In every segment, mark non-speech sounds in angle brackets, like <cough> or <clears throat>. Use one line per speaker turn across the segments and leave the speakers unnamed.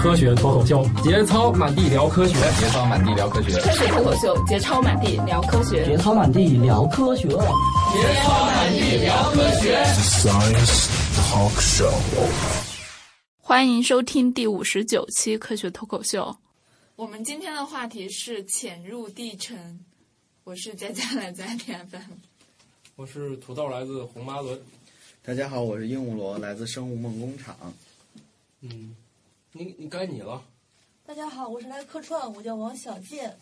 科学脱口秀，节操满地聊科学，
节操满地聊科学，
科学脱口秀，节操满地聊科学，
节操满地聊科学，节
操满地聊科学。Science Talk Show，
欢迎收听第五十九期科学脱口秀。
我们今天的话题是潜入地层。我是佳佳，来自 FM。
我是土豆，来自红八轮。
大家好，我是鹦鹉螺，来自生物梦工厂。
嗯，你你该你了。
大家好，我是来客串，我叫王小贱。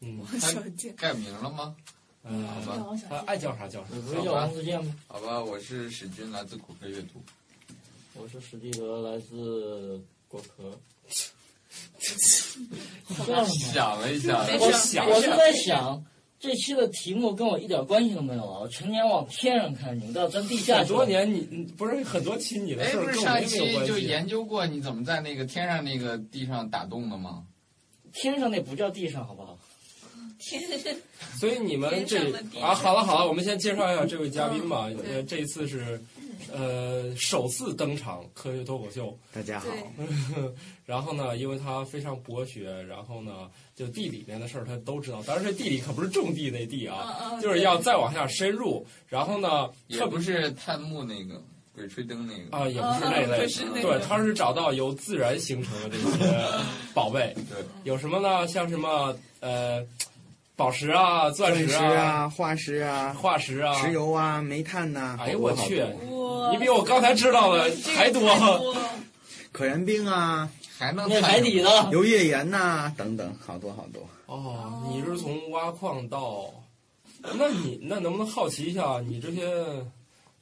嗯，
王 <laughs> 小贱
改名了吗？
嗯，
好吧，王小
他爱叫啥叫啥。
你不是叫王自健吗？
好吧，我是史军，来自骨科阅读。
我是史蒂德，来自果壳。
想了一下，
嗯
我想，我是在想，这期的题目跟我一点关系都没有啊！我成年往天上看，你们到钻地下。
很多年你不是很多期你的事儿
哎不是上一期就研究过你怎么在那个天上那个地上打洞的吗？
天上那不叫地上，好不好？
天，
所以你们这啊，好了好了，我们先介绍一下这位嘉宾吧。呃，这一次是呃首次登场科学脱口秀，
大家好。
然后呢，因为他非常博学，然后呢，就地里面的事儿他都知道。当然，这地理可不是种地那地
哦
啊，就是要再往下深入。然后呢，
也不是探墓那个。鬼吹灯那个
啊，也不是那类，
哦那
个、对，它是找到由自然形成的这些宝贝，
对，
有什么呢？像什么呃，宝石啊、钻
石
啊、
化石啊、
化石啊、
石油啊、煤炭呐、啊。
哎呦我去，你比
我
刚才知道的还
多，
可燃冰啊，
还能
那海底 <laughs> 的
油页岩呐、啊，等等，好多好多。
哦，你是从挖矿到，那你那能不能好奇一下，你这些？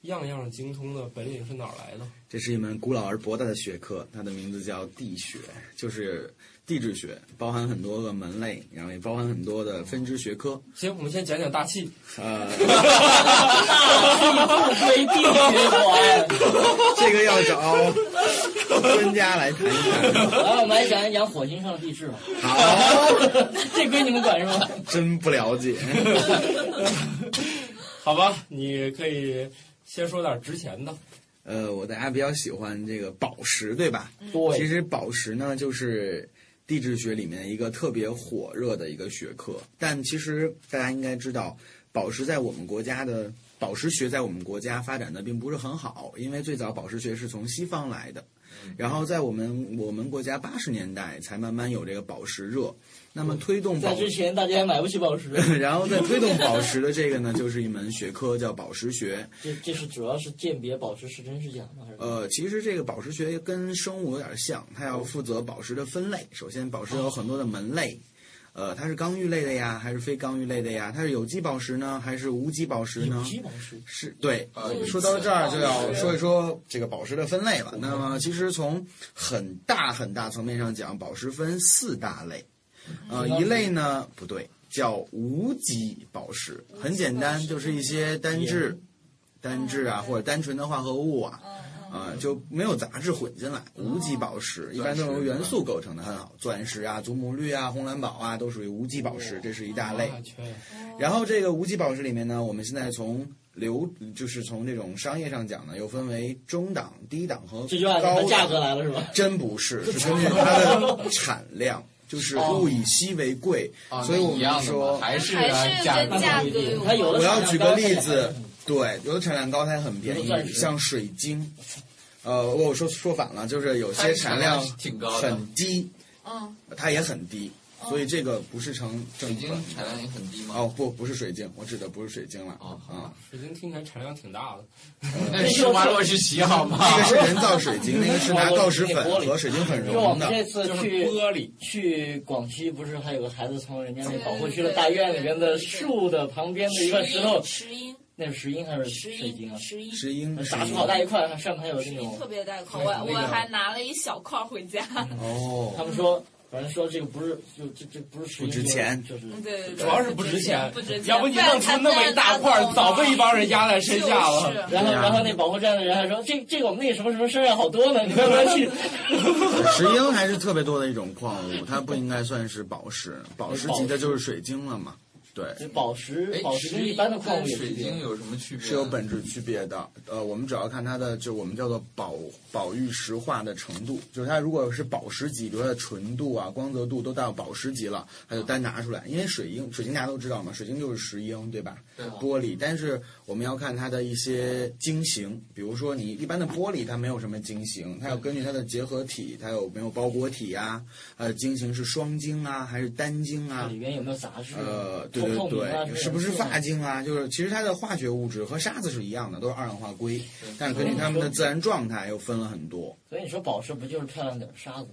样样精通的本领是哪儿来的？
这是一门古老而博大的学科，它的名字叫地学，就是地质学，包含很多个门类，然后也包含很多的分支学科。
行，我们先讲讲大气。
呃， <laughs>
大气不归地学管，
这个要找专家来谈一谈。
来，我们来讲一讲火星上的地 <laughs> 质吧。
好，
这归你们管是吗？
真不了解。
好吧，你可以。先说点值钱的，
呃，我大家比较喜欢这个宝石，对吧？
对。
其实宝石呢，就是地质学里面一个特别火热的一个学科。但其实大家应该知道，宝石在我们国家的宝石学在我们国家发展的并不是很好，因为最早宝石学是从西方来的，然后在我们我们国家八十年代才慢慢有这个宝石热。那么推动
在之前大家还买不起宝石，
<laughs> 然后再推动宝石的这个呢，就是一门学科叫宝石学。
这这是主要是鉴别宝石是真是假吗？还是
呃，其实这个宝石学跟生物有点像，它要负责宝石的分类。首先，宝石有很多的门类，呃，它是刚玉类的呀，还是非刚玉类的呀？它是有机宝石呢，还是无机宝石呢？
有机宝石
是对。呃，说到这儿就要说一说这个宝石的分类了。那么，其实从很大很大层面上讲，宝石分四大类。呃，一类呢不对，叫无机宝石，嗯很简单，就是一些单质、单质啊，或者单纯的化合物啊，啊、呃、就没有杂质混进来。无机宝哦石一般都是由元素构成的，很好，钻石啊、祖母绿啊、红蓝宝啊都属于无机宝石，这是一大
啊
类。嗯
哦
然后这个无机宝石里面呢，我们现在从流就是从这种商业上讲呢，又分为中档、低档和
这就按
高
价格来了是吧？
真不是，是根据它的产量。就是
哦
物以稀为贵，
哦、
所以我们说、
哦、还是
价格。
它有的
我要举个例子，对，有的产量高，它很便宜，像水晶。呃，我说说反了，就是有些产量很低，
嗯，
它也很低，所以这个不是成正
晶产量也很低吗？
哦，不，不是水晶，我指的不是水晶了。
哦，
啊，
水晶听起来产量挺大的，
那是花落是奇好吗？
那个是人造水晶，那个是拿锆石粉和水晶粉
融
的。
这次去
玻璃，
去广西不是还有个孩子从人家那保护区的大院里边的树的旁边的一块石头，
石英，
那是石英还是水晶啊？
石英，
石英，
打出好大一块，上面还有那种
特别大块，我我还拿了一小块回家。
哦，
他们说。反正说这个不是，就这这不是
不值钱，
就是
对，
主要是不值
钱，
不值钱。要不你弄出那么一大块，早被一帮人压在身下
了。然后，
啊
然后那保护站的人还说：“这这个我们那什么什么事儿好多呢，你慢慢去。” <laughs>
石英还是特别多的一种矿物，它不应该算是宝石，宝石级的就是水晶了嘛。对，
就宝石
哎，
宝石跟一般的矿物有
跟水
区别
晶。有什么区别？
是有本质区别的。呃，我们主要看它的，就我们叫做宝宝玉石化的程度，就是它如果是宝石级，比如它的纯度啊、光泽度都到宝石级了，它就单拿出来。因为水晶，水晶大家都知道嘛，水晶就是石英，对吧？
对啊
玻璃，但是我们要看它的一些晶型，比如说你一般的玻璃它没有什么晶型，它要根据它的结合体，它有没有包裹体啊，呃，晶型是双晶啊还是单晶啊？
看里面有没有杂质？
呃，对
透
对
明啊
对，是不是
这种
发晶啊？就是其实它的化学物质和沙子是一样的，都是二氧化硅，但是根据它们的自然状态又分了很多。
所以你说宝石不就是漂亮点儿沙子？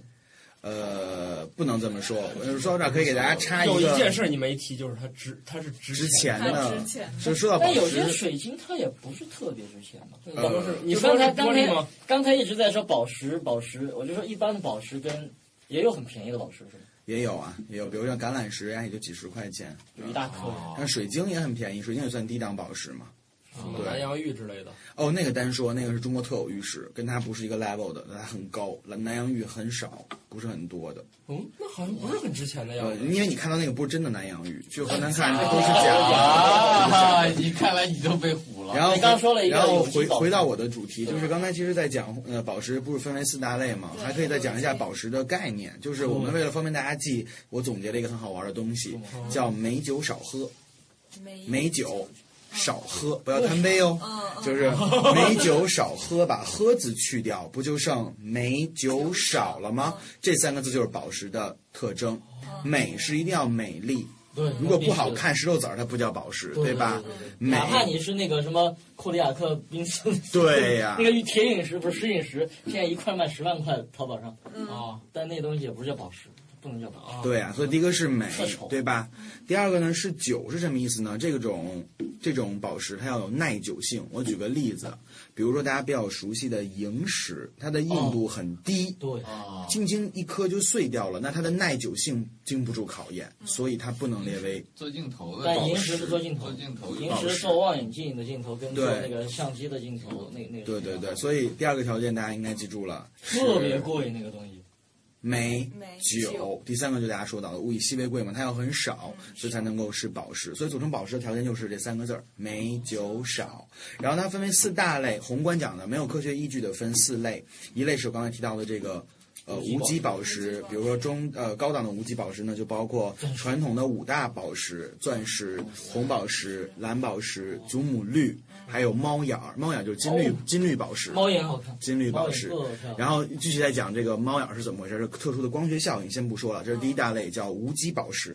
呃，不能这么说。呃说到这儿可以给大家插
有
一
一
个
件事你没提，就是它值，它是值
值
钱的。
钱
它
的
值，钱
就说到宝
但有些
石，
水晶它也不是特别值钱嘛。
咱们是你
你说
说
它
是
刚
玻璃
才
吗？
刚才一直在说宝石，宝石，我就说一般的宝石跟也有很便宜的宝石是吧？
也有啊，也有，比如像橄榄石呀，也就几十块钱，
有一大
啊
颗。
哦
但水晶也很便宜，水晶也算低档宝石嘛。
什么
对
啊南洋玉之类的，
哦，那个单说，那个是中国特有玉石，跟它不是一个 level 的，它很高，南洋玉很少，不是很多的。
嗯，那好像不是很值钱的样
呃，
子。
因为你看到那个不是真的南洋
啊
玉，去河南看都是假的。都是假
啊
的！
你看来你都被唬了。
然后
你刚说了一个
然后
有机
回
宝石
回到我的主题，就是刚才其实在讲呃宝石不是分为四大类嘛，还可以再讲一下宝石的概念。就是我们为了方便大家记，我总结了一个很好玩的东西，叫美酒少喝，
没
美酒少喝，不要贪杯哦。
嗯
就是美酒少喝，把“喝”字去掉，不就剩美酒少了吗？这三个字就是宝石的特征。美是一定要美丽，
对
如果不好，看石头子儿，它不叫宝石，
对
吧？
对对对
美
哪怕你是那个什么库里亚克冰森，
对呀
<laughs> 那个铁陨石不是石陨石，现在一块卖十万块，淘宝上，
啊，
但那东西也不是叫宝石，不能叫宝石。
对呀、啊所以第一个是美
特丑，
对吧？第二个呢是酒是什么意思呢？这种这种宝石它要有耐久性。我举个例子，比如说大家比较熟悉的萤石，它的硬
哦
度很低，
对，
啊，
轻轻一颗就碎掉了，那它的耐久性经不住考验，所以它不能列为
做镜头的
但
宝
银
石
石不做镜头
做，镜头
银石做望远镜的镜头跟做那
对
个相机的镜头，那那个
对对对，所以第二个条件大家应该记住了，
特别贵那个东西。
美
美
酒
酒。
第三个就大家说到的物以稀为贵嘛，它要很少，所以才能够是宝石。所以组成宝石的条件就是这三个字儿：美酒少。然后它分为四大类，宏观讲的没有科学依据的分四类，一类是我刚才提到的这个。呃，无机宝石，比如说中呃高档的无机宝石呢，就包括传统的五大宝石：钻石、红宝石、蓝宝石、祖母绿，还有猫眼儿。猫眼儿就是金绿
哦
金绿宝石。
猫眼好看，
金绿宝石
猫眼特漂亮。
然后继续再讲这个猫眼是怎么回事，是特殊的光学效应，先不说了。这是第一大类，叫无机宝石；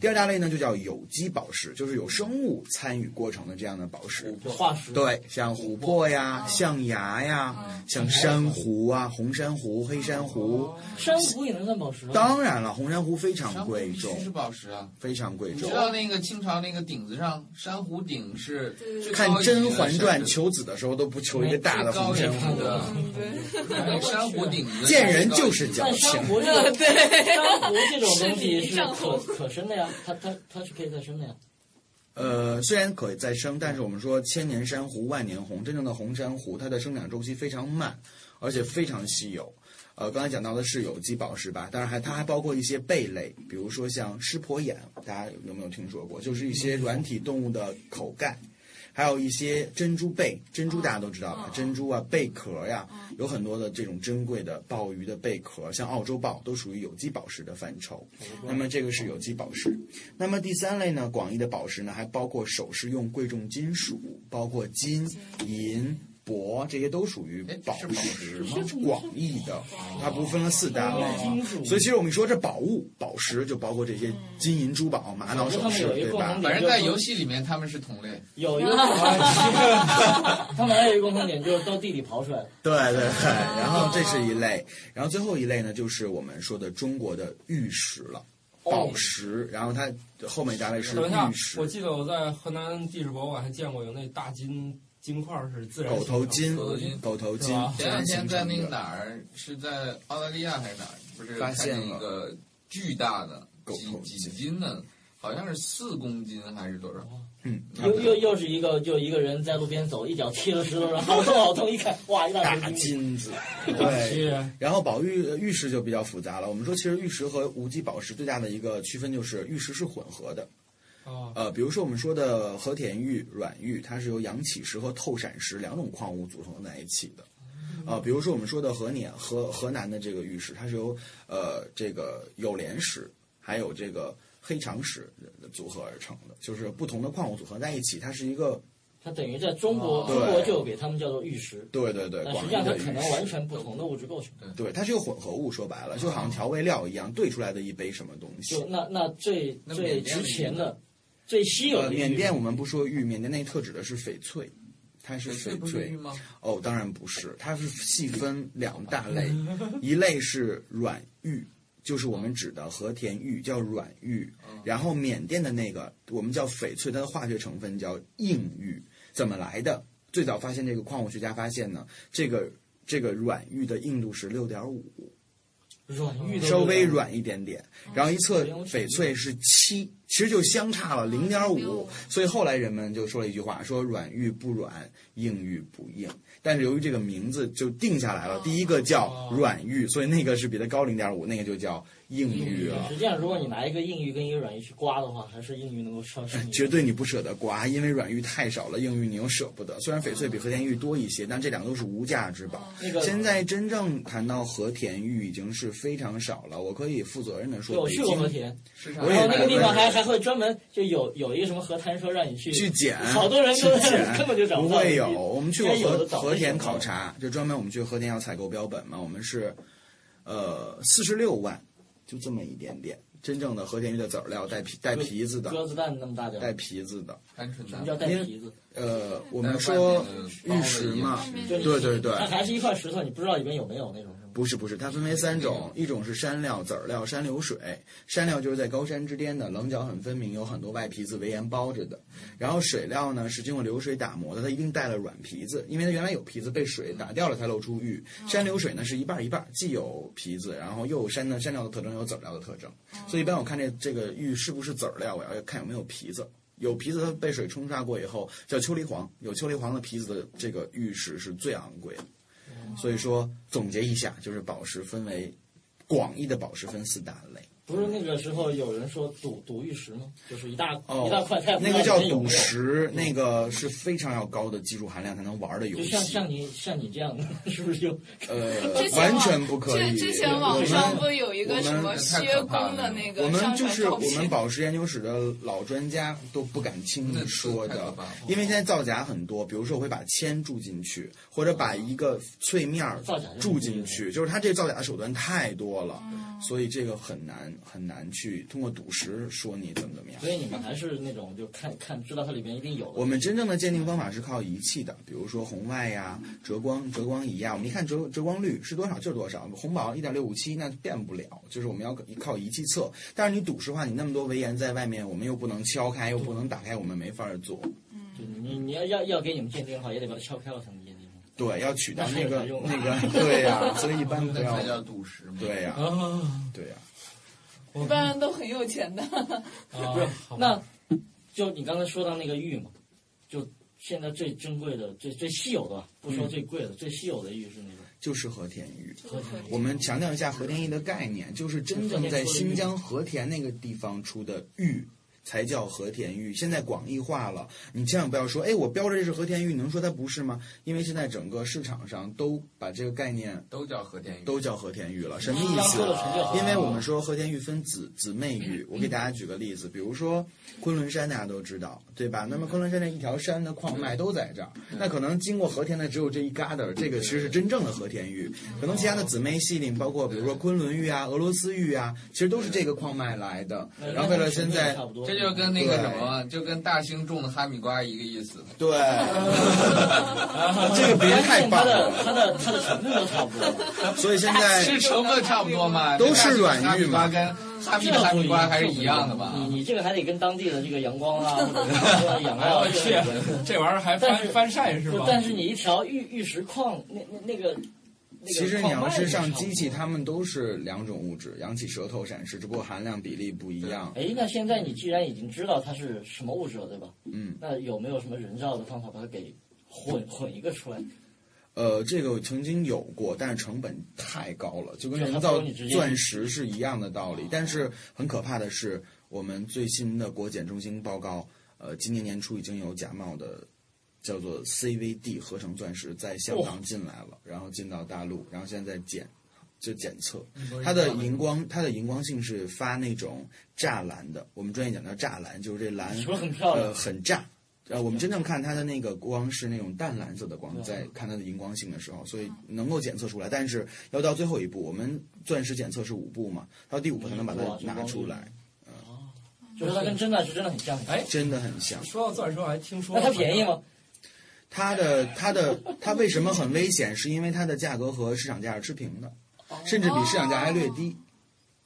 第二大类呢，就叫有机宝石，就是有生物参与过程的这样的宝石。
就化石，
对，像琥珀
啊
呀、象牙呀、像珊瑚啊、红珊瑚、黑珊瑚。
哦
珊瑚也能算宝石吗？
当然了，红珊瑚非常贵
必
重
须，是宝石啊！
非常贵
你
重
知。道那个清朝那个顶子上珊瑚顶是最
看
高
《
级的
甄嬛传》
珊瑚
求子的时候都不求一个大的红珊
最高
瑚
级，的
嗯对，
对珊瑚顶子
见人就是矫
但
情
珊。瑚这种，珊瑚这种东西是可可生的 <laughs> 呀，它它它是可以再生的呀。
呃，虽然可以再生，但是我们说千年珊瑚万年红，真正的红珊瑚，它的生长周期非常慢，而且非常稀有。呃，刚才讲到的是有机宝石吧，当然还它还包括一些贝类，比如说像湿婆眼，大家有没有听说过？就是一些软体动物的口盖，还有一些珍珠贝，珍珠大家都知道吧？珍珠啊，贝壳呀、有很多的这种珍贵的鲍鱼的贝壳，像澳洲鲍都属于有机宝石的范畴。那么这个是有机宝石。那么第三类呢，广义的宝石呢，还包括首饰用贵重金属，包括金、银、铂，这些都属于
哎
宝
是宝石吗
是广义的，它不分了四大类啊
金属。
所以其实我们说这宝物、宝石就包括这些金银珠宝、玛瑙首饰，
它们有一
对
个共同点
吧？
反正在游戏里面他们是同类。
有一 <laughs> 个共同点，它们还有一个共同点就是到地里刨出来的。
对对对， <laughs> 然后这是一类，然后最后一类呢，就是我们说的中国的玉石了，宝石，然后它后面一大类是
等一下
玉，石
我，记得我在河南地质博物馆还见过有那大金金块是自然
狗头
形成
金
的
狗头金、
狗头金
是吧，
自
前两
然
天
形
在
成
那个
的。
哪儿，是在澳大利亚还是哪儿？不是
发现
看见一
了
个巨大的
狗
几
头
几
鲸
斤的，好像是四公斤还是多少？
嗯，
又又又是一个，就一个人在路边走，一脚踢了石头上，好痛好痛！一看，哇，一大
大
堆金。
金子，
是啊
对。然后宝玉玉石就比较复杂了。我们说，其实玉石和无机宝石最大的一个区分就是玉石是混合的，
哦
呃，比如说我们说的和田玉、软玉，它是由阳起石和透闪石两种矿物组成在一起的。呃，比如说我们说的河南河河南的这个玉石，它是由呃这个有莲石还有这个黑长石组合而成的，就是不同的矿物组合在一起，它是一个
它等于在中国，
哦
中国
对
就给它们叫做玉石，
对对啊对
但
广
实
义
际上它
的玉
可能
石
完全不同的物质构成。
对，它是一个混合物，说白了就好像调味料一样兑出来的一杯什么东西。
就那那最
那
最
缅甸
值
的
钱
玉呢
的、最稀有
呃，
的
缅
玉
甸我们不说玉，缅甸那特指的是翡翠，它是翡
不是玉吗？
哦，当然不是，它是细分两大类，一类是软玉，就是我们指的和田玉，叫软玉。然后缅甸的那个我们叫翡翠，它的化学成分叫硬玉，怎么来的？最早发现这个矿物学家发现呢，这个这个软玉的硬度是六点五，
软玉都
稍
有
微软一点点，然后一测翡翠是七，其实就相差了零点五
0.5，
所以后来人们就说了一句话，说软玉不软，硬玉不硬。但是由于这个名字就定下来了，第一个叫软玉，所以那个是比它高零点五，那个就叫硬玉了
实。际上，如果你拿一个硬玉跟一个软玉去刮的话，还是硬玉能够超出你。
哎绝对你不舍得刮，因为软玉太少了，硬玉你又舍不得。虽然翡翠比和田玉多一些，但这两个都是无价之宝。
那个
现在真正谈到和田玉已经是非常少了，我可以负责任的
对
说，
我
北
去过
京
和田，
市
我
然
也
后
没
那
有
个地方
问
还还会专门就有有一个什么河滩说让你去
去捡，
好多人
去
都
捡
<laughs> 根本就找
不
不到
会有。
人
我们去过
应该有
和
的早就
和田
找到
考察，就专门我们去和田要采购标本嘛，我们是呃四十六万，就这么一点点，真正的和田玉的籽儿料带皮带皮子的，
鸽子蛋那么大点
带
儿，
皮子的。
单纯
什么叫
的
带皮子？
呃，我们说玉石嘛，对对对，
它还是一块石头，你不知道里面有没有那种。是吗
不是不是，它分为三种，一种是山料、籽儿料、山流水。山料就是在高山之巅的，棱角很分明，有很多外皮子围岩包着的。然后水料呢是经过流水打磨的，它一定带了软皮子，因为它原来有皮子被水打掉了才露出玉。山流水呢是一半儿一半儿，既有皮子，然后又有山的山料的特征，又有籽儿料的特征。所以一般我看这这个玉是不是籽儿料，我要看有没有皮子。有皮子它被水冲刷过以后叫秋梨黄，有秋梨黄的皮子的这个玉石是最昂贵的。所以说，总结一下，就是宝石分为广义的宝石分四大类，
不是那个时候有人说赌赌玉石吗？就是一大
哦
一大块太阳
啊
那个叫
里面有没
赌
有，
石，那个是非常要高的技术含量才能玩的游
就
戏
像，像你像你这样，是不是就
呃
之，前
完
网
全不可以。
之之前网上不有一个什么薛工的那
我
个
们
上
就
传
是
照
我们
片？
宝石研究室的老专家都不敢轻易说的，因为现在造假很多。比如说，我会把铅注进去，或者把一个脆面儿
造假
注啊进去，就是它这造假的手段太多了，所以这个很难很难去通过赌石说你怎么怎么样
所。以你们还是那种就看看知道它里面一定有的。
我们真正的鉴定方法是靠仪器的，比如说红外呀、折光、折光仪呀。我们一看折折光率是多少就是多少，红宝一点六五七那变不了，就是我们要靠仪器测。但是你赌石的话，你那么多围岩在外面，我们又不能敲开，又不能打开，我们没法儿做。
就你你你要要要给你们鉴定的话，也得把它敲开了才能鉴定。
对，要取到那个
那是有
那
啥用啊
个，对呀、
<laughs>
所以一般不
那
要
才。叫赌石嘛。
对呀、
啊
对呀、
一般人都很有钱的，
啊
不是，
好吧
那就你刚才说到那个玉嘛，就现在最珍贵的、最最稀有的吧，不说
嗯
最贵的，最稀有的玉是那种
就是和田玉。
和田玉
我们强调一下和田玉的概念，就是真正在新疆和田那个地方出的玉。才叫和田玉，现在广义化了，你千万不要说，哎，我标着这是和田玉，能说它不是吗？因为现在整个市场上都把这个概念
都叫和田玉。
都叫和田玉了，什么
新
意
疆
思
出？的陈叫
因为我们说和田玉分姊姊妹玉，我给大家举个例子，比如说昆仑山，大家都知道，对吧？那么昆仑山这一条山的矿脉都在这儿，那可能经过和田的只有这一旮沓儿，这个其实是真正的和田玉。可能其他的姊妹系里，包括比如说昆仑玉啊、俄罗斯玉啊，其实都是这个矿脉来的。
那
然后为了现在
差，不多，
这就跟那个什么，就跟大兴种的哈密瓜一个意思。
对， <laughs> 这
<laughs>
个别人
关
太
键它
棒
的
了，
它的它的成分都差不
<laughs>
多，
所以现在
是成分差不多嘛，
哎都是软
哈
玉
密
嘛
瓜跟哈密
这
的哈
不
密
一
瓜
样
还是一样的吧？
你你这个还得跟当地的这个阳
<laughs>
光啊，或者是说养料
哎
啊
我
这个
去，这玩意儿还
但
翻
是
翻晒是
不
吧？
但是你一条玉玉石矿，那那那个，那个
其实你
矿
要
脉
是
也
上
差不
机
多
器，它们都是两种物质，扬起舌头闪失，只不过含量比例不一样。
哎，那现在你既然已经知道它是什么物质了，对吧？
嗯，
那有没有什么人造的方法把它给混混一个出来？
呃，这个我曾经有过，但是成本太高了，就跟
就它
人
不
造
如你直接
钻石是一样的道理。但是很可怕的是，我们最新的国检中心报告，呃，今年年初已经有假冒的叫做 CVD 合成钻石在香港进来了，然后进到大陆，然后现在检就检测，它的荧光它的荧光性是发那种栅栏的，我们专业讲叫栅栏，就是这蓝
是不是很漂亮
呃很炸。呃，我们真正看它的那个光是那种淡蓝色的光，
对
在看它的荧光性的时候，所以能够检测出来。但是要到最后一步，我们钻石检测是五步嘛，到第五步才
嗯
能把它拿出来，嗯
哦就是它跟真的是真的很像。
哎，
真的很像。
说到钻石，我还听说
那它便宜吗？
它的它的它为什么很危险？是因为它的价格和市场价是持平的，甚至比市场价还略低，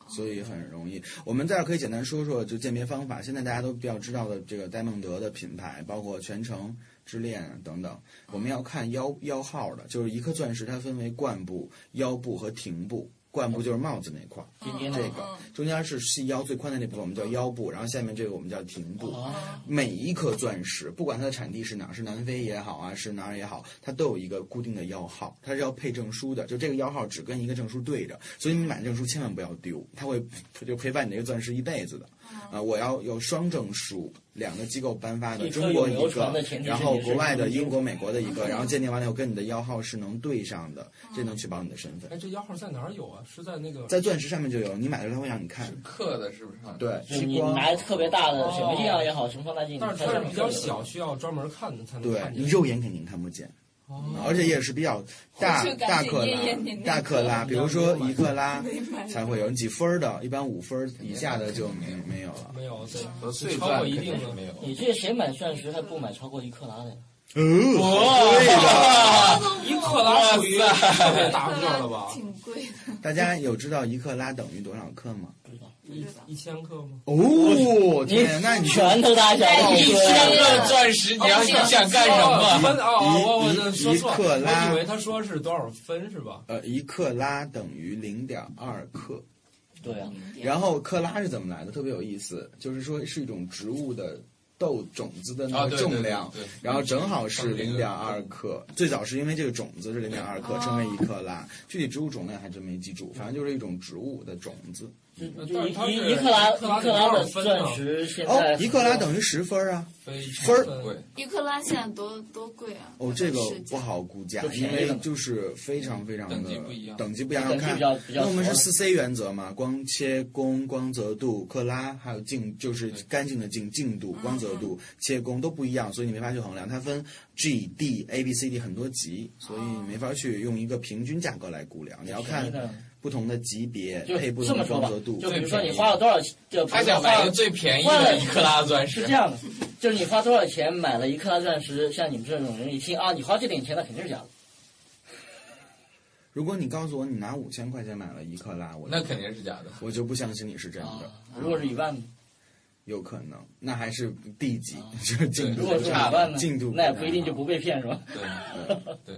所以很容易。我们在这儿可以简单说说就鉴别方法。现在大家都比较知道的这个戴梦德的品牌，包括全程之恋啊等等，我们要看腰腰号的，就是一颗钻石它分为冠部、腰部和廷部。冠部就是帽子那块儿，
今天
这
的
个中间是细腰最宽的那部分，我
嗯
们叫腰部，然后下面这个我们叫廷部。
哦
每一颗钻石，不管它的产地是哪儿，是南非也好啊，是哪儿也好，它都有一个固定的腰号，它是要配证书的，就这个腰号只跟一个证书对着，所以你买证书千万不要丢，它会它就陪伴你这个钻石一辈子的。啊、我要有双证书，两个机构颁发的，
哦一颗
中国
有流
一
传的
个
前，提
然
是
后
你是
国外的，
中国
英国、美国的一
嗯
个，然后鉴定完了以后跟你的腰号是能对上的，这能确保你的身份。
哎，这腰号在哪儿有啊？是在那个
在钻石上面就有，你买的时候它会让你看
是，刻的，是不是？，
对，
就是
激
你
光。
拿特别大的显微镜啊也好，什么放大镜，
哦但是
它
它
上
是
面
比较
都有
小，需要专门看才能
对
看
你
见。
肉眼肯定看不见，
哦
嗯
而且也是比较大
我就
大
赶紧
克
捏捏
拉
你那，个
大克拉，比如说一克拉
没买
才会有，你几分儿的，一般五分儿以下的就没没有了。
没有，对，
有碎
超
钻
过一
肯
定
定
的
是没有。
你这谁买钻石还不买超过一克拉的呀？
哦
对的，
一克拉属于特别大个儿了吧？
挺贵的，
大家有知道一克拉等于多少克吗？
不知道，
一一千克吗？
哦，天，那你
拳头大小，
哎
一千个钻石，你要你想干什
哦
么？
分哦，
一
我我
一
那说错
一
了，
克拉
我以为他说是多少分是吧？
呃，一克拉等于零点二克。
对啊，
然后克拉是怎么来的？特别有意思，就是说是一种植物的豆种子的那
啊，
个
对
重量，，
对对对
然后正好是
对
零点二克，最早是因为这个种子是零点二克，称为一克拉。具体植物种类还真没记住，反正就是一种植物的种子。
就
但
就是一
它是
一克拉
一克拉
一克拉
多
的
少分呢
钻石现在
哦，一克拉等于十分啊！
非常
分儿
对，
一克拉现在多多贵啊！
哦，这个
世界
不好估价
就，便
因
宜了
为就是非常非常的
等级不一样
等级不一样要
等级
看
比。较比较
那
少
我们是四 C 原则嘛，光切工、光泽度、克拉，还有净，就是干净的净、净度、
嗯
光泽度、切工都不一样，所以你没法去衡量。它分 G、D、A、B、C、D 很多级，所以你没法去用一个平均价格来估量。你要看
哦便宜的
不同的级别
就
配不
这
同
么
的
说
光
吧
泽度，，
就比如说你花了多少，就比
他
如说
想
花
买
了
个最便宜的一克拉钻
是
石
这。样的，就是你花多少钱买了一克拉钻石，像你们这种人一听啊，你花这点钱那肯定是假的。
如果你告诉我你拿五千块钱买了一克拉，我
那肯定是假的，
我就不相信你是真的，
啊，如果是一万呢，
有可能那还是 D 级， <laughs> 就是进
哦
度
如果是
不
一
太好
万呢，
进度
那也
太
不一定就
好
不被骗是吧？
对，
对。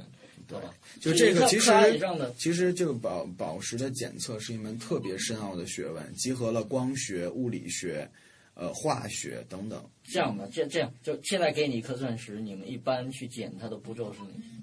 就这个其实
克拉以上的
其实这个宝宝石的检测是一门特别深奥的学问，集合了光学、物理学、呃化学等等。
这样吧，这这样就现在给你一颗钻石，你们一般去捡它的步骤是哪些？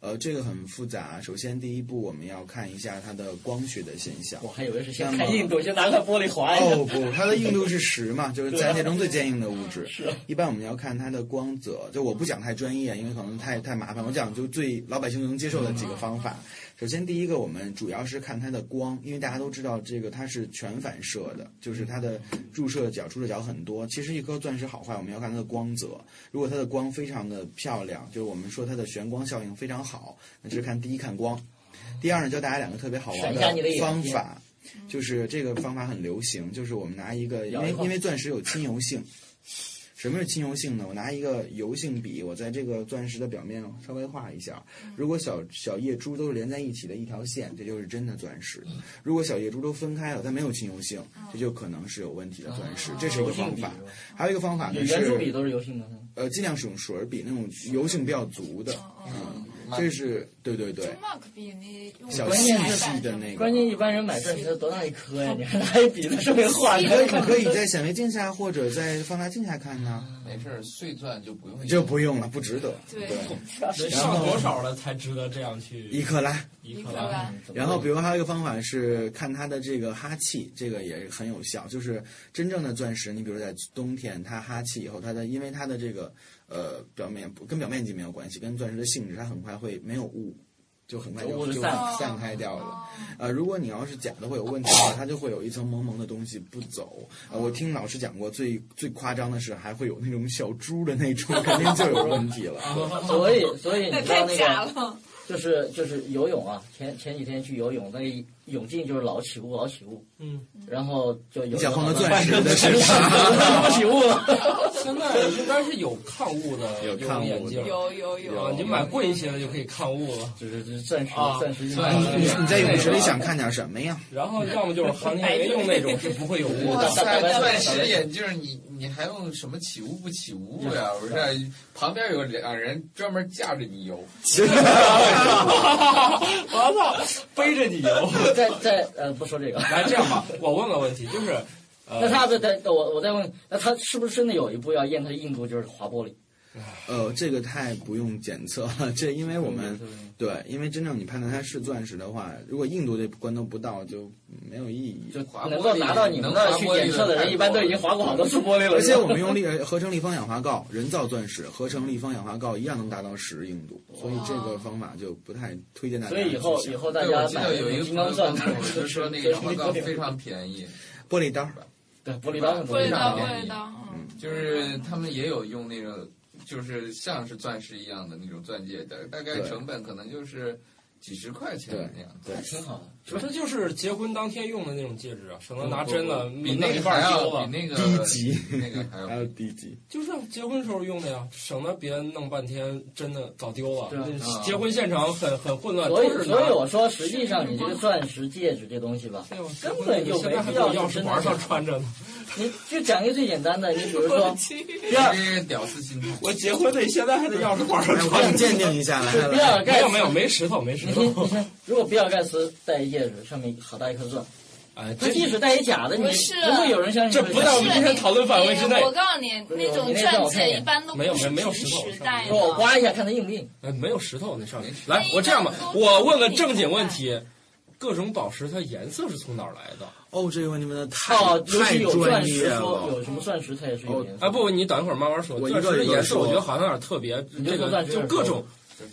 呃，这个很复杂。首先，第一步我们要看一下它的光学的现象。
我还以为是先
那
看
么
硬度，先拿块玻璃划一下。
哦不，它的硬度是石嘛，就是在那种最坚硬的物质。
啊是啊
一般我们要看它的光泽，就我不讲太专业，因为可能太太麻烦。我讲就最老百姓能接受的几
嗯
个方法。首先，第一个我们主要是看它的光，因为大家都知道这个它是全反射的，就是它的入射角、出射角很多。其实一颗钻石好坏，我们要看它的光泽。如果它的光非常的漂亮，就是我们说它的旋光效应非常好，那就是看第一看光。第二呢，教大家两个特别好玩
闪一下你的眼
方
睛
法。就是这个方法很流行，就是我们拿一个，因
摇
为
一晃
因为钻石有亲油性。什么是亲油性呢？我拿一个油性笔，我在这个钻石的表面稍微画一下。
嗯
如果小小叶珠都是连在一起的一条线，这就是真的钻石；
嗯
如果小叶珠都分开了，它没有亲油性，这就可能是有问题的
啊
钻石。这是一个
油性
方
笔
法。还有一个方法呢
圆珠笔
是，
都是油性的，
呃，尽量使用水儿笔那种油性比较足
哦
的。嗯，这是对对对
就，mark 比那用
小
白
细
板
细的那个。
关键一般人买钻石它多大一颗呀？你还拿一笔在上面
<laughs>
画，你
可
还
以
看
可以在显微镜下或者在放大镜下看呢，
没事儿，碎钻就不用
就不用了，不值得。
对
<laughs>
对，
<laughs>
得上多少了才值得这样去
一克拉，
一克
克拉
拉。
然后，比如还有一个方法是看它的这个哈气，这个也很有效。就是真正的钻石，你比如在冬天，它哈气以后，它的因为它的这个呃表面不跟表面积没有关系，跟钻石的性质，它很快会没有雾，就很快
就
就
雾就
就
散
了
散开掉了。
哦
呃，如果你要是假的会有问题的话，它就会有一层蒙蒙的东西不走。呃，我听老师讲过，最最夸张的是还会有那种小猪的那种，肯定就有问
<laughs>
题了。对
所以所以你知道
太
那
假
个
了，
就是就是游泳啊，前前几天去游泳，那个泳镜就是老起雾，老起雾，
嗯，
然后就有
你想
的
换
好
个
像
钻石的
<laughs>
是 <laughs>
不起雾了。
现在应该是有抗雾的
有抗雾的
眼镜，
有有有，
啊，你买贵一些的就可以抗雾了。
就是就是钻石
啊
钻石运
钻
动
石
你你在泳池里想看点什么呀？ <laughs>
然后要么就是航天员用那种是不会有雾
哇
大
的，
塞，
大大
哦钻石眼镜儿你你还用什么起雾不起雾呀？不是，旁边有两人专门架着你游，
我操，背着你游。
<laughs> 在在呃不说这个，
来，这样吧，我问个问题，就是，呃，
那他的的我我再问，那他是不是真的有一步要验他的硬度就是滑玻璃？
呃，这个太不用检测了，这因为我们对，因为真正你判断它是钻石的话，如果硬度这关都不到，就没有意义。
就
滑玻璃
能够拿到你们那儿去检测的人，一般都已经滑过好多次玻璃了。
<laughs> 而且我们用立合成立方氧化锆、人造钻石、合成立方氧化锆一样能达到十硬度，所以这个方法就不太推荐大
<laughs>
家
所
去
以以
想。 <laughs>
后以后大
对，
家
我记
买
得有一个
金
朋
刚
友
钻
告
<laughs>
诉，我，就说那个氧化锆非常便宜，
玻璃刀，
对玻璃刀很
玻
味
璃刀
道味道，嗯
就是他们也有用那个，就是像是钻石一样的那种钻戒的，大概
对
成本可能就是几十块钱那样。
对，
挺好的。
不是就是结婚当天用的那种戒指啊，省得拿针呢，
比
抿到一
那个
半啊
还
儿丢
要
了
比。那个
低级
比那个
<laughs>
还要
还有低级。 <laughs>
就是结婚时候用的呀，省得别弄半天，真的搞丢了。
对啊
那结婚现场很很混乱，
所以
都是拿
所以我说，实际上你这个钻石戒指这东西吧，
哎呦
根本就
现
没
在还
必
有
要
钥匙环上穿着呢。
<laughs> 你就讲一个最简单的，你比
<laughs>
如说，比尔
这是屌丝心态。
我结婚得现在还得钥匙环上
哎，我
穿
帮你
着。
鉴定一下，来来
比尔
来，
<laughs> 没
盖
有
茨，
没有，没石头没石
你听你
头。
听，如果比尔盖茨戴一戒指，上面好大一颗钻， <laughs>
哎，
他
这
即使戴一假的，你
不是
啊
不会有人相信
这
他是
不
假的。
在我们今天讨论范围之内
哎。我告诉你，那种钻戒一般都不
没有没
是
有没有
平
石头
时戴
不
的。
说我刮一下看它硬不硬，
哎，没有石头那上面
没。
来
哎，
我这样吧
那都，是
我问个正经问题：各种宝石它颜色是从哪儿来的？
哦，这个问题问的太
哦，尤
太
其有钻
专
石
业
说
了。哦
有什么钻石它也是有颜色。
哎，不，不，你等一会儿慢慢说。
我一
钻
个
石的
一个
颜色，
说
我觉得好像有点特别。
你就
这
说
个
钻石
就各种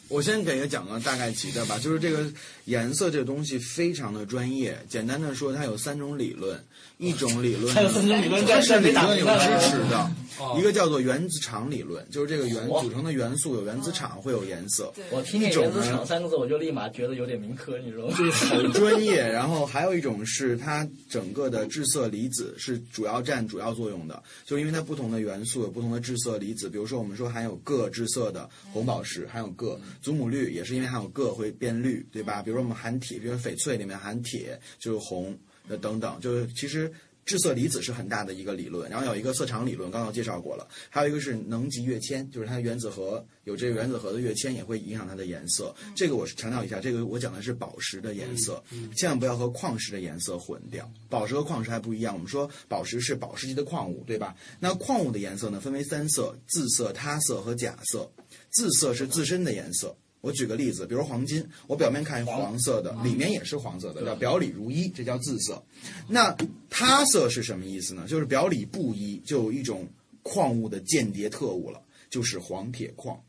我先给个讲个大概齐的吧，就是这个颜色这个东西非常的专业。简单的说，它有三种理论，一种理论呢
还有 <laughs> 三种理论
它
在
是理论有
在
支
哪
持的，
哦
一个叫做原子场理论，就是这个元
哇
组成的元素有原子场会有颜色，
我听见“原子厂”三个字，我就立马觉得有点民科，你知道吗？
很专业。然后还有一种是它整个的致色离子是主要占主要作用的，就是因为它不同的元素有不同的致色离子。比如说我们说含有铬致色的红宝石，含有铬；祖母绿也是因为含有铬会变绿，对吧？比如说我们含铁，比如说翡翠里面含铁就是红，呃等等，就是其实。致色离子是很大的一个理论，然后有一个色场理论，刚刚我介绍过了，还有一个是能级跃迁，就是它的原子核有这个原子核的跃迁也会影响它的颜色。这个我是强调一下，这个我讲的是宝石的颜色，千万不要和矿石的颜色混掉。宝石和矿石还不一样，我们说宝石是宝石级的矿物，对吧？那矿物的颜色呢，分为三色：自色、他色和假色。自色是自身的颜色。我举个例子，比如黄金，我表面看黄色的，里面也是黄色的，叫表里如一，这叫自色。那他色是什么意思呢？就是表里不一，就有一种矿物的间谍特务了，就是黄铁矿。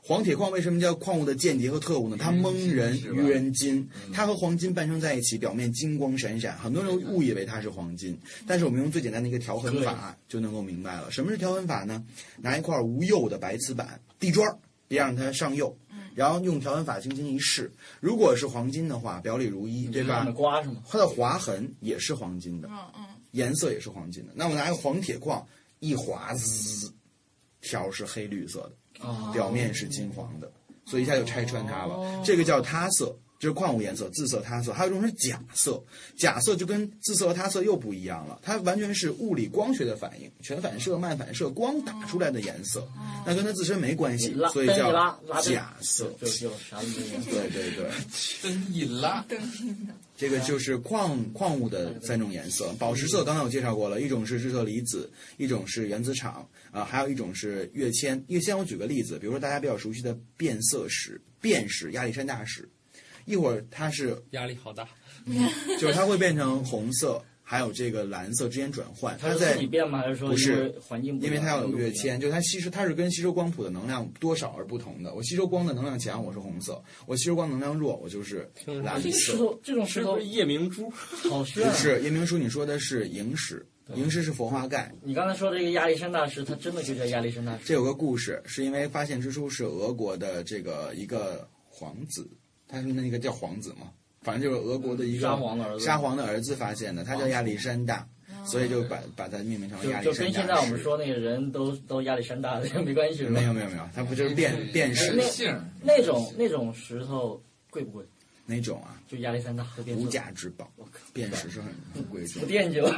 黄铁矿为什么叫矿物的间谍和特务呢？它蒙人
是吧嗯
愚人金，它和黄金拌称在一起，表面金光闪闪，很多人误以为它是黄金。但是我们用最简单的一个调痕法就能够明白了。什么是调痕法呢？拿一块无釉的白瓷板地砖儿，别让它上釉，然后用调痕法轻轻一试，如果是黄金的话，表里如一，对吧？
上面刮是吗？
它的划痕也是黄金的，
嗯嗯，
颜色也是黄金的。那我拿一个黄铁矿一划，滋，条是黑绿色的，表面是金黄的，所以一下就拆穿它了。这个叫他色，就是矿物颜色，自色、他色。还有一种是假色，假色就跟自色和他色又不一样了，它完全是物理光学的反应，全反射、慢反射光打出来的颜色，那跟它自身没关系
哦拉，
所以
灯一
叫
拉拉灯
假色。
就就啥都没有。
对对对。
灯一拉，
这个就是矿矿物的三种颜色，宝石色刚才我介绍过了，一种是致色离子，一种是原子场，啊、还有一种是跃迁。跃迁我举个例子，比如说大家比较熟悉的变色石、变石、亚历山大石，一会儿它是
压力 <laughs> 好大，
就是它会变成红色，还有这个蓝色之间转换。它
是
在
自己变吗？还是说
不是
因为环境不一
因
样？
为它要
温
有跃
度不一样
迁，就它吸收它是跟吸收光谱的能量多少而不同的。我吸收光的能量强，我是红色；我吸收光能量弱，我就是蓝
这个石
色。
头，这种石
是
头
不是夜明珠？
好炫
不
啊！
是夜明书，你说的是萤石，萤石是佛化钙。
你刚才说这个亚历山大石，它真的就叫亚历山大石？
这有个故事，是因为发现之初是俄国的这个一个皇子，他是那个叫皇子嘛，反正就是俄国的一个
沙皇的儿子
沙皇的儿子发现的，他叫亚历山大，所以就把把它命名成
就
亚
就
历
跟
山
现在
大
我们
石。
说那个人都都亚历山大的没关系是吧
没？有没有没有，它不就是变变
是
石
那
姓儿，
那种那种石头贵不贵？
那种啊？
就亚历山大和变色
无价之宝，变石是很很贵
<laughs>
重
不。惦记了，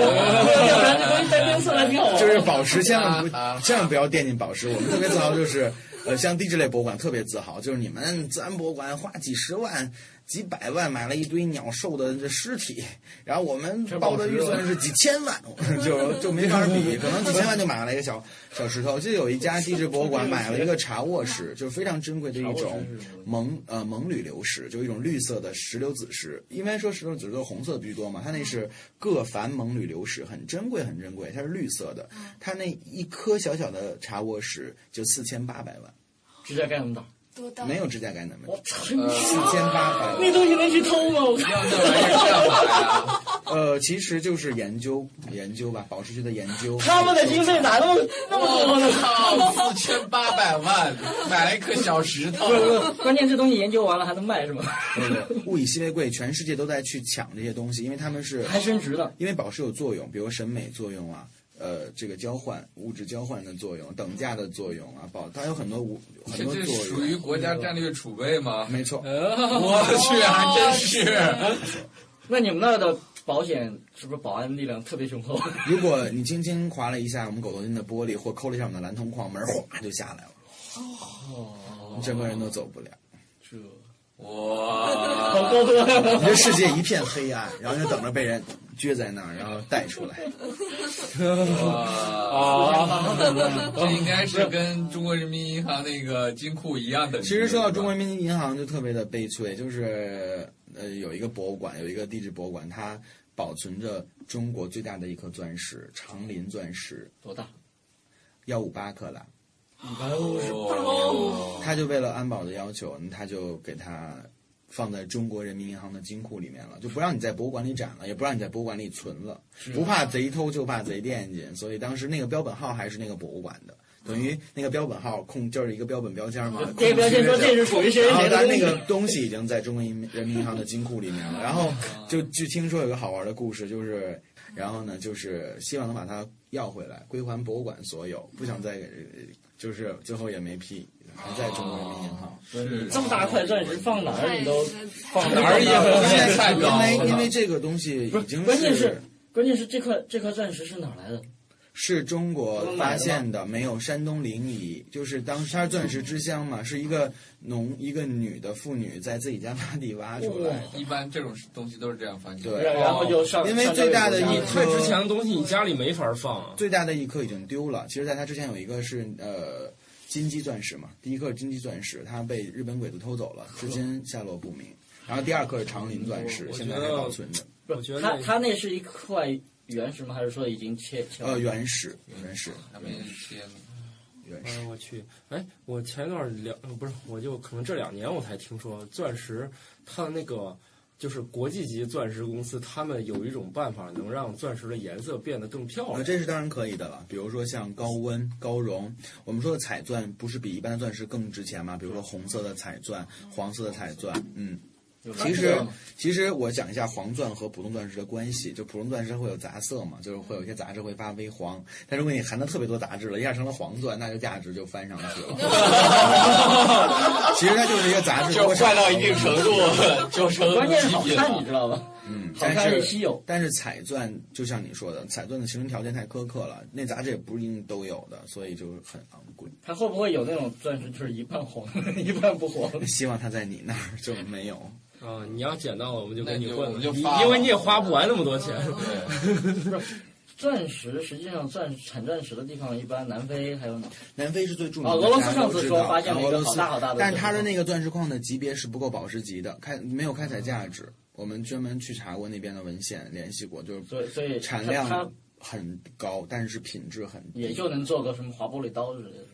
要不然这东西带变色还挺好玩。
呃就是宝石，千万不
啊啊
千万不要惦记宝石。我们特别自豪，就是呃，像地质类博物馆特别自豪，就是你们自然博物馆花几十万、几百万买了一堆鸟兽的这尸体，然后我们报的预算是几千万，就就没法比，可能几千万就买了一个小小石头。就有一家地质博物馆买了一个茶卧石，就是非常珍贵的一种蒙呃蒙吕流石，就一种绿色的石榴子石。因为说石榴子石都是红色的居多嘛，它
嗯
那是各繁蒙吕流石，很珍贵很珍贵，它是绿色的。
嗯
它那一颗小小的茶卧石就四千八百万，
指甲盖那么大，
多大？
没有指甲盖那么
我
大，
操！
四千八百
那
万。
东西能去偷吗？我靠！
要那玩意儿干嘛呀？
<laughs> 呃，其实就是研究研究吧，宝石学的研究。
他们的经费哪那么那么多呢？
靠，四啊千八百万买了一颗小石头，
不是不是， <laughs> 关键这东西研究完了还能卖是吗？
对物以稀为贵，全世界都在去抢这些东西，因为他们是
还升值呢。
因为宝石有作用，比如审美作用啊，呃，这个交换物质交换的作用，等价的作用啊，宝它有很多无很
这
多
这
作
属
用。
于国家战略储备
<laughs>
吗？
没错，
我去，还真是。啊
那你们那儿的保险是不是保安力量特别雄厚？
如果你轻轻划了一下我们狗头金的玻璃，或抠了一下我们的蓝铜矿门，哗就下来了，
哦
你整个人都走不了，
这好
哇，
高端啊！
你这世界一片黑暗，然后就等着被人撅在那儿，然后带出来。
啊
哇这应该是跟中国人民银行那个金库一样的。
其实说到中国人民银行就特别的悲催，就是呃有一个博物馆，有一个地质博物馆，它保存着中国最大的一颗钻石——长林钻石，
多大？
幺五八克拉。
哦，
他就为了安保的要求，嗯他就给它放在中国人民银行的金库里面了，就不让你在博物馆里展了，也不让你在博物馆里存了。不怕贼偷，就怕贼惦记。所以当时那个标本号还是那个博物馆的，等于那个标本号空就是一个标本标签嘛。
这个标签说这是属于谁
然后
谁
但
的
那个东西已经在中国人民银行的金库里面了。然后就就听说有个好玩的故事，就是然后呢，就是希望能把它要回来，归还博物馆所有，不想再给，就是最后也没批，还在中国人民银行。
是
这么大块钻石放哪儿你
哎
都放
哪儿也有
因
现
为
在太高
因为因
了
为。这个东西已经
关键是关键是这块这块钻石是哪儿来的？
是中国发现的，没有山东临沂，就是当时它是钻石之乡嘛，是一个农一个女的妇女在自己家洼地挖出来的。
一般这种东西都是这样发现。
对
然后就上
因为最大的
上交
一
给
你
国家
太值钱的东西，你家里没法放啊。
最大的一颗已经丢了。其实，在它之前有一个是呃金鸡钻石嘛，第一颗是金鸡钻石，它被日本鬼子偷走了，至今下落不明。然后第二颗是长林钻石，
我我
现在还
觉得
保存着。
我觉得
它它那是一块原石吗？还是说已经切切完
呃，原石，
哦
原石，
他们贴了
原石。
哎，我去，哎，我前一段两呃不是，我就可能这两年我才听说钻石，它的那个就是国际级钻石公司，他们有一种办法能让钻石的颜色变得更漂
哦
啊，
亮。
这是当然可以的了。比如说像高温、高熔，我们说的彩钻不是比一般的钻石更值钱吗？比如说红色的彩钻、黄色的彩钻，嗯。其实，其实我讲一下黄钻和普通钻石的关系。就普通钻石会有杂色嘛，就是会有一些杂质会发微黄，但如果你含的特别多杂质了，一下成了黄钻，那就价值就翻上去了。 <laughs> 其实它就是一个杂质
就
多少
坏到一定程度， <laughs> 就成
关键是好
极品
看，你
了。
知道吧？
嗯，
好
但
看
是
也稀有。
但是彩钻就像你说的，彩钻的形成条件太苛刻了，那杂质也不一定都有的，所以就是很昂贵。
它会不会有那种钻石就是一半黄 <laughs> 一半不黄？
希望它在你那儿就没有。
啊、你要捡到了，我们就跟你混
那
了，
你就我们就
你
发了
因为你也花不完那么多钱。
对，
钻石实际上钻产钻石的地方，一般南非还有哪？
南非是最著名
哦
的，
俄罗斯
大家
上
都
次
知
说
道
发现
然后
了一个
俄罗
好
斯
大好大的
但
钻
它
石
的
矿
那个钻石矿的级别是不够宝石级的，开没有开采价值。我们专门去查过那边的文献，联系过，就是
所以所以
产
它它
量很高，但是品质很低
也就能做个什么划玻璃刀之类的。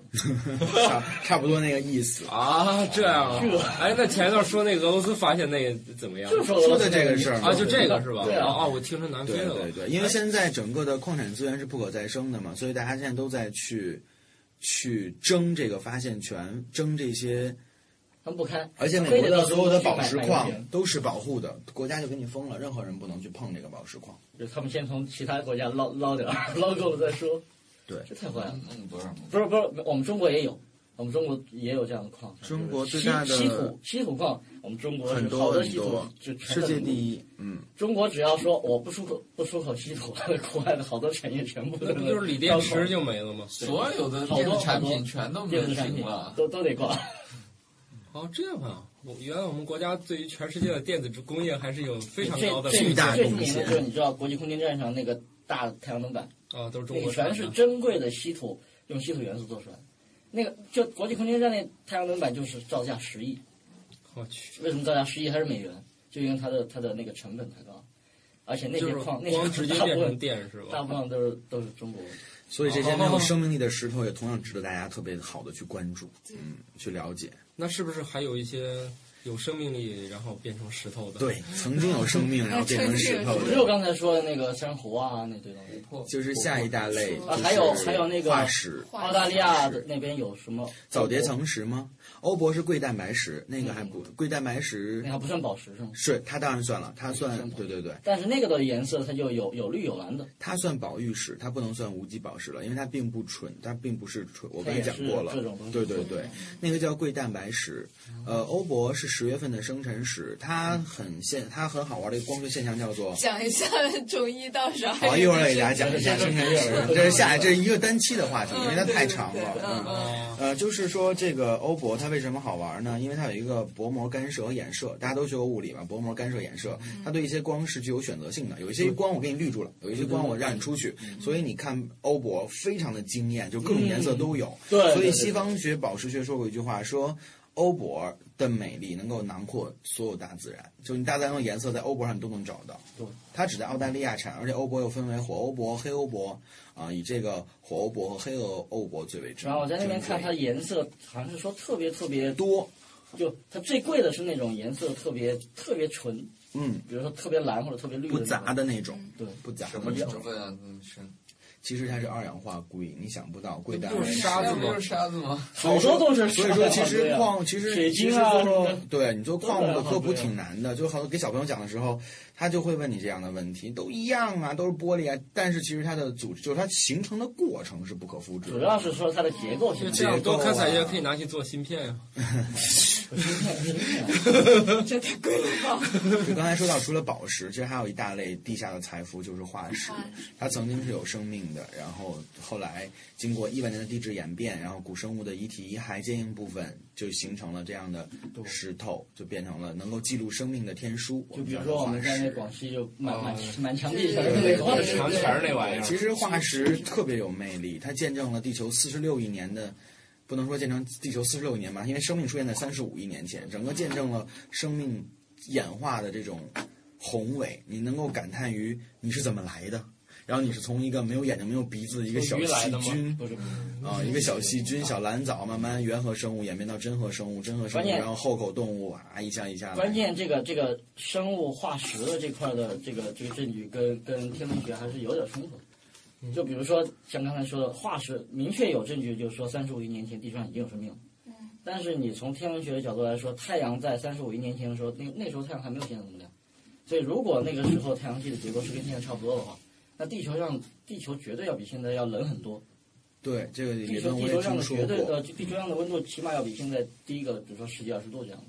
差差不多那个意思。
啊，这样啊
这个
哎，那前一段说那个俄罗斯发现那个怎么样？
就是
说的这个事儿
啊，就这个是吧？
对
哦
啊，
哦，我听成南非
对
的
对
了。
对，
哎
哎
因为现在整个的矿产资源是不可再生的嘛，所以大家现在都在去去争这个发现权，争这些。
他们不开，
而且美
非
国
得
的
到
所有的
中国
宝
去
石
买
矿
买一瓶
都是保护的，国家就给你封了，任何人不能去碰这个宝石矿。
就他们先从其他国家捞捞点儿， <laughs> 捞够了再说。
对
这太坏了。
嗯，不是，
不是不是，我们中国也有，我们中国也有这样的矿。
中国
就是
最大的
稀稀土稀土矿，我们中国
很
是
多
好的
很
稀土
多
就全
世界
等
第一，嗯，
中国只要说我不出口不出口稀土， <laughs> 国外的好多产业全部
那
都
不就是锂电池就没了吗？
所有的
好
电
多
子产
好
品
多
全都
电子
没
产
停
品
了。
都都得挂。
哦，这样啊！我原来我们国家对于全世界的电子工业还是有非常
最
高的
最
巨大
最
贡
著名的
献
就是你知道国际空间站上那个大太阳能板，
啊，都是中
那个
国
全
产
是
的。
珍贵的稀土，用稀土元素做出来的。那个就国际空间站那太阳能板就是造价十亿，
我去，
为什么造价十亿还是美元？就因为它的它的那个成本太高，而且那
就
些
是
矿那
光直
些
接
大
变
部
成
分
电是
大
吧？
部分都是都是中国。
所以这
哦
些没有生命力的石头也同样值得大家特别好的去关注，嗯，去了解。
那是不是还有一些有生命力，然后变成石头的？，
对，曾经有生命，然后变成石头
不是我
的，
刚才说的那个珊瑚啊，那堆东西。
就是下一大类，
啊
就是
还有还有那个
化石，
澳大利亚的那边有什么
藻叠？层石吗？欧泊是贵蛋白石，那个还
嗯
不贵蛋白石
那还不算宝石是吗？
是它当然算了，它算对对对，
但是那个的颜色它就有有绿有蓝的，
它算宝玉石，它不能算无机宝石了，因为它并不纯，它并不是纯。我
它
刚才
也
讲
是
过了
这，种东西。
对对对，那个叫贵蛋白石，呃，欧泊是十月份的生辰石，它很现，它很好玩的一个光学现象
<laughs>
叫做。
讲一下中医到时候还
好，
有
一会儿给大家讲一下生辰石，这是下这是一个单期的话题，因为它太长了。嗯，
哦
呃，就是说这个欧泊它为什么好玩呢？因为它有一个薄膜干涉和衍射，大家都学过物理嘛，薄膜干涉衍射，
嗯
它对一些光是具有选择性的，有一些光我给你滤住了，有一些光我让你出去，
嗯
所以你看欧泊非常的惊艳，就各种颜色都有。
对对
所以
对
西方学宝石学说过一句话说。欧泊的美丽能够囊括所有大自然，就你大自然的颜色在欧泊上你都能找到。
对，
它只在澳大利亚产，而且欧泊又分为火欧泊、黑欧泊啊、以这个火欧泊和黑欧欧泊最为珍
然后我在那边看
珍
它
贵
颜色，好像是说特别特别，
多，
就它最贵的是那种颜色特别特别纯，
嗯，
比如说特别蓝或者特别绿
不
的那
杂
种。
的那种，
嗯对，
不杂
什
的
么
那
成
种。
分啊？嗯，是
其实它是二氧化硅，你想不到，硅蛋
不
白
是
质
沙子
不
吗
就是沙子吗？
好多都是
所
沙
以
子啊。
说，其实
对啊
矿，其实
水
其实
晶啊
说
什么，
对你做矿物的科普
都是啊
挺难的，就好多给小朋友讲的时候，他就会问你这样的问题，都一样啊，都是玻璃啊，但是其实它的组织，就是它形成的过程是不可复制
主
的。
要是说它的结构
就
性。
这
结
样
构
多
啊
开采业可以拿去做芯片呀。
这太贵了吧？
就刚才说到，除了宝石，其实还有一大类地下的财富就是化石，它曾经是有生命的，然后后来经过亿万年的地质演变，然后古生物的遗体遗骸坚硬部分就形成了这样的石头，就变成了能够记录生命的天书。
就比
叫
如说
做
我
化
们在那
石。
广西就满
哦
满满墙壁全是那个化石，
长全是那玩意
其
儿。
实化石特别有魅力，它见证了地球四十六亿年的，不能说见证地球四十六亿年吧，因为生命出现在三十五亿年前，整个见证了生命演化的这种宏伟。你能够感叹于你是怎么来的，然后你是从一个没有眼睛、没有鼻子的一个小
从鱼来
细
的吗
菌
不是不是。
啊、一个小细菌、小蓝藻，慢慢原核生物演变到真核生物，真核生
关
物，
键
然后后口动物啊，一下一下来。
关键这个这个生物化石的这块的这个这个证据跟跟天文学还是有点冲突。
嗯
就比如说像刚才说的化石，明确有证据就是说三十五亿年前地球上已经有生命了。
嗯
但是你从天文学的角度来说，太阳在三十五亿年前的时候，那那时候太阳还没有现在这么亮，所以如果那个时候太阳系的结构是跟现在差不多的话，那地球上地球绝对要比现在要冷很多。
对这个理
地球
论我
地
也
球上
听
的
说
绝对
过，
呃，地球上的温度起码要比现在低个，比如说十几二十度这样。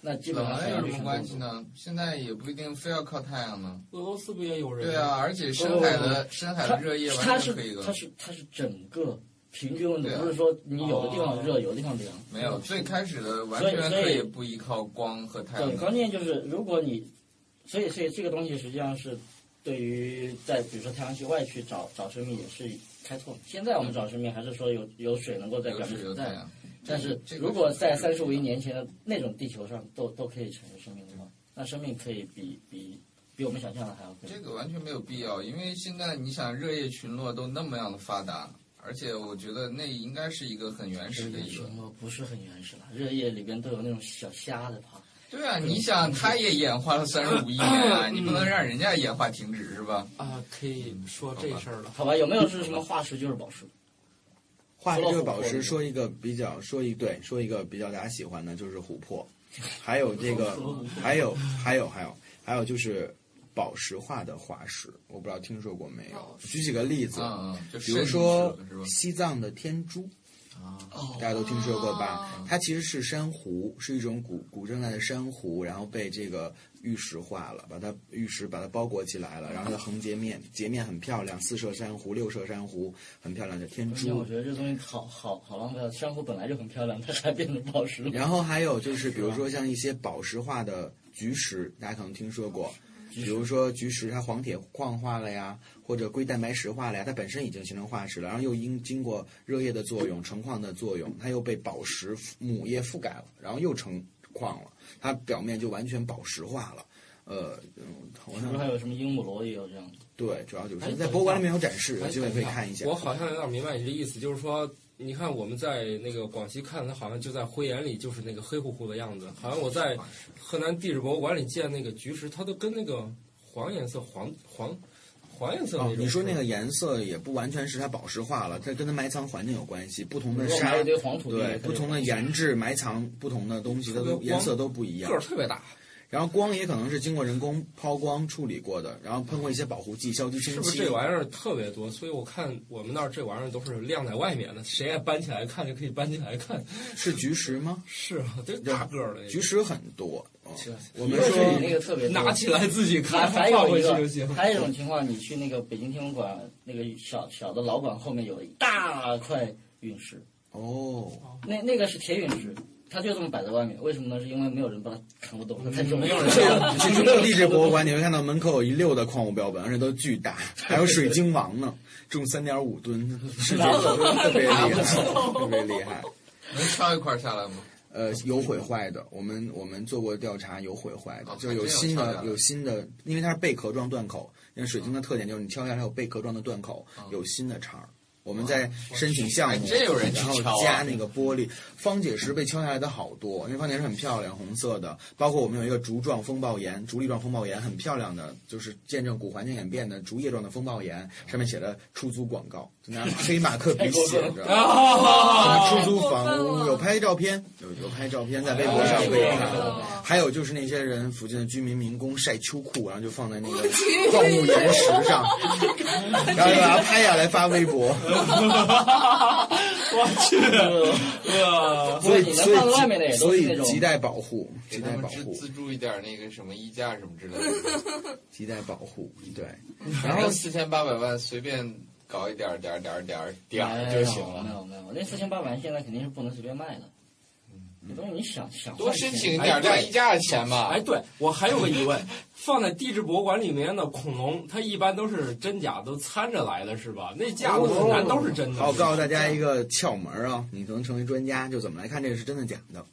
那基本
冷
上
了
太阳
有
就
什
是
么关系呢？现在也不一定非要靠太阳呢。
俄罗斯不也有人？
对哦啊，，而且深海的深海的热液
它
完
是
全可以
它
的。
是它是整个平均温度
对，啊哦
不是说你有的地方热，有的地方凉。
没有，最开始的完
所以
全
所以
可以不依靠光和太
对，
阳。
关键就是如果你，所以所以这个东西实际上是对于在比如说太阳系外去找找生命也是开拓。现在我们找生命还是说有有水能够在表面存在，但是如果在三十五亿年前的那种地球上都都可以产生生命的话，那生命可以比比比我们想象的还要更。
这个完全没有必要，因为现在你想热液群落都那么样的发达，而且我觉得那应该是一个很原始的一个。
落不是很原始了，热液里边都有那种小虾的爬。
对啊，你
嗯
想，它也演化了三十
<clears throat>
五亿年啊，你不能让人家演化停止是吧？
啊，可以说这事儿了。
好吧，有没有是什么化石就是宝石？
化石这个宝石，说一个比较，说一对，说一个比较大家喜欢的，就是琥珀，还有这
<laughs>
个，还有还有还有还有就是宝石化的化石，我不知道听说过没有？举几个例子，
嗯嗯就
比如
肾
说
是吧啊
西藏的天珠。大家都听说过吧？它其实是珊瑚，是一种古古生代的珊瑚，然后被这个玉石化了，把它玉石把它包裹起来了，然后它的横截面截面很漂亮，四色珊瑚、六色珊瑚很漂亮，叫天
关键
珠
我。觉得这东西好好好浪费啊！珊瑚本来就很漂亮，它还变成宝石
<laughs>
了。
然后还有就是，比如说像一些宝石化的菊石，大家可能听说过，比如说菊石，它黄铁矿化了呀，或者硅蛋白石化了呀，它本身已经形成化石了，然后又因经过热液的作用、成矿的作用，它又被宝石母叶覆盖了，然后又成矿了，它表面就完全宝石化了。呃，嗯好
是不是还
像
有什么樱木螺也有这样的？
对，主要就
哎
是在博物馆里面有展示，有
哎
机会可以看一下。
我好像有点明白你这意思，就是说，你看我们在那个广西看，它好像就在灰岩里，就是那个黑乎乎的样子。好像我在河南地质博物馆里见那个菊石，它都跟那个黄颜色、黄黄黄颜色那
哦
种。，
你说那个颜色也不完全是它宝石化了，它跟它埋藏环境有关系，不同的
如果
沙
埋一堆黄土地它
对
就
不同的研制埋藏不同的东西，它
特别
都
光
颜色都不一样
个。儿特别大，
然后光也可能是经过人工抛光处理过的，然后喷过一些保护剂、消极
是
清
不是
漆。
这玩意儿特别多？所以我看我们那儿这玩意儿都是晾在外面的，谁爱搬起来看就可以搬起来看。
是菊石吗？
是啊，这
对
大个儿的，
菊石很多。哦
啊
我们
一个是你那
说
个特别多
拿起来自己
还
看，
还
放
有
回
一
去就
个，
行。
还有一种情况，你去那个北京天文馆那个小小的老馆后面有一大块陨石，
哦，
那那个是铁陨石，它就这么摆在外面，为什么呢？是因为没有人把它扛得动，它太重了。
没有人
这
<laughs>
个你去中国地质博物馆，你会看到门口有一溜的矿物标本，而且都巨大，还有水晶王呢，重三点五吨，是这种特别厉害，特别厉害。
能敲一块儿下来吗？
呃，有毁坏的，我们我们做过调查，有毁坏的，
哦
就是有新
还真有敲下
的
来
有新的，因为它是贝壳状断口，因为水晶的特点就是你敲下来有贝壳状的断口，
哦
有新的茬儿。我们在申请项目，
还真有人去
然后
敲啊
加那个玻璃方解石被敲下来的好多，因为方解石很漂亮，红色的，包括我们有一个竹状风暴岩、竹粒状风暴岩，很漂亮的，就是见证古环境演变的竹叶状的风暴岩，上面写着出租广告，就拿黑马克笔写着。
哦
出租房屋有拍照片，有有拍照片在微博
哦
上可以看到。还有就是那些人附近的居民民工晒秋裤，然后就放在那个矿物岩石
<laughs>
上，然后就把它拍下来发微博。
我去，哇！
所以
你能
所以
放在外面的也都
所
是那
以
种
亟待保护，
给
亟
他
待
们
保
资
护，
资助一点那个什么衣架什么之类的，
<laughs> 亟待保护。对，
反正四千八百万随便搞一点儿点儿点儿点儿点儿就行
哎没
了。
有没有，那四千八百万现在肯定是不能随便卖的。
嗯
这东西你想想
多申请一点
哎
儿
对
这衣架的钱吧。
哎，对我还有个疑问，放在地质博物馆里面的恐龙，它一般都是真假都掺着来的，是吧？那架子很难都是真的。
好，我告诉大家一个窍门儿啊，你能成为专家就怎么来看这个是真的假的。
啊
哦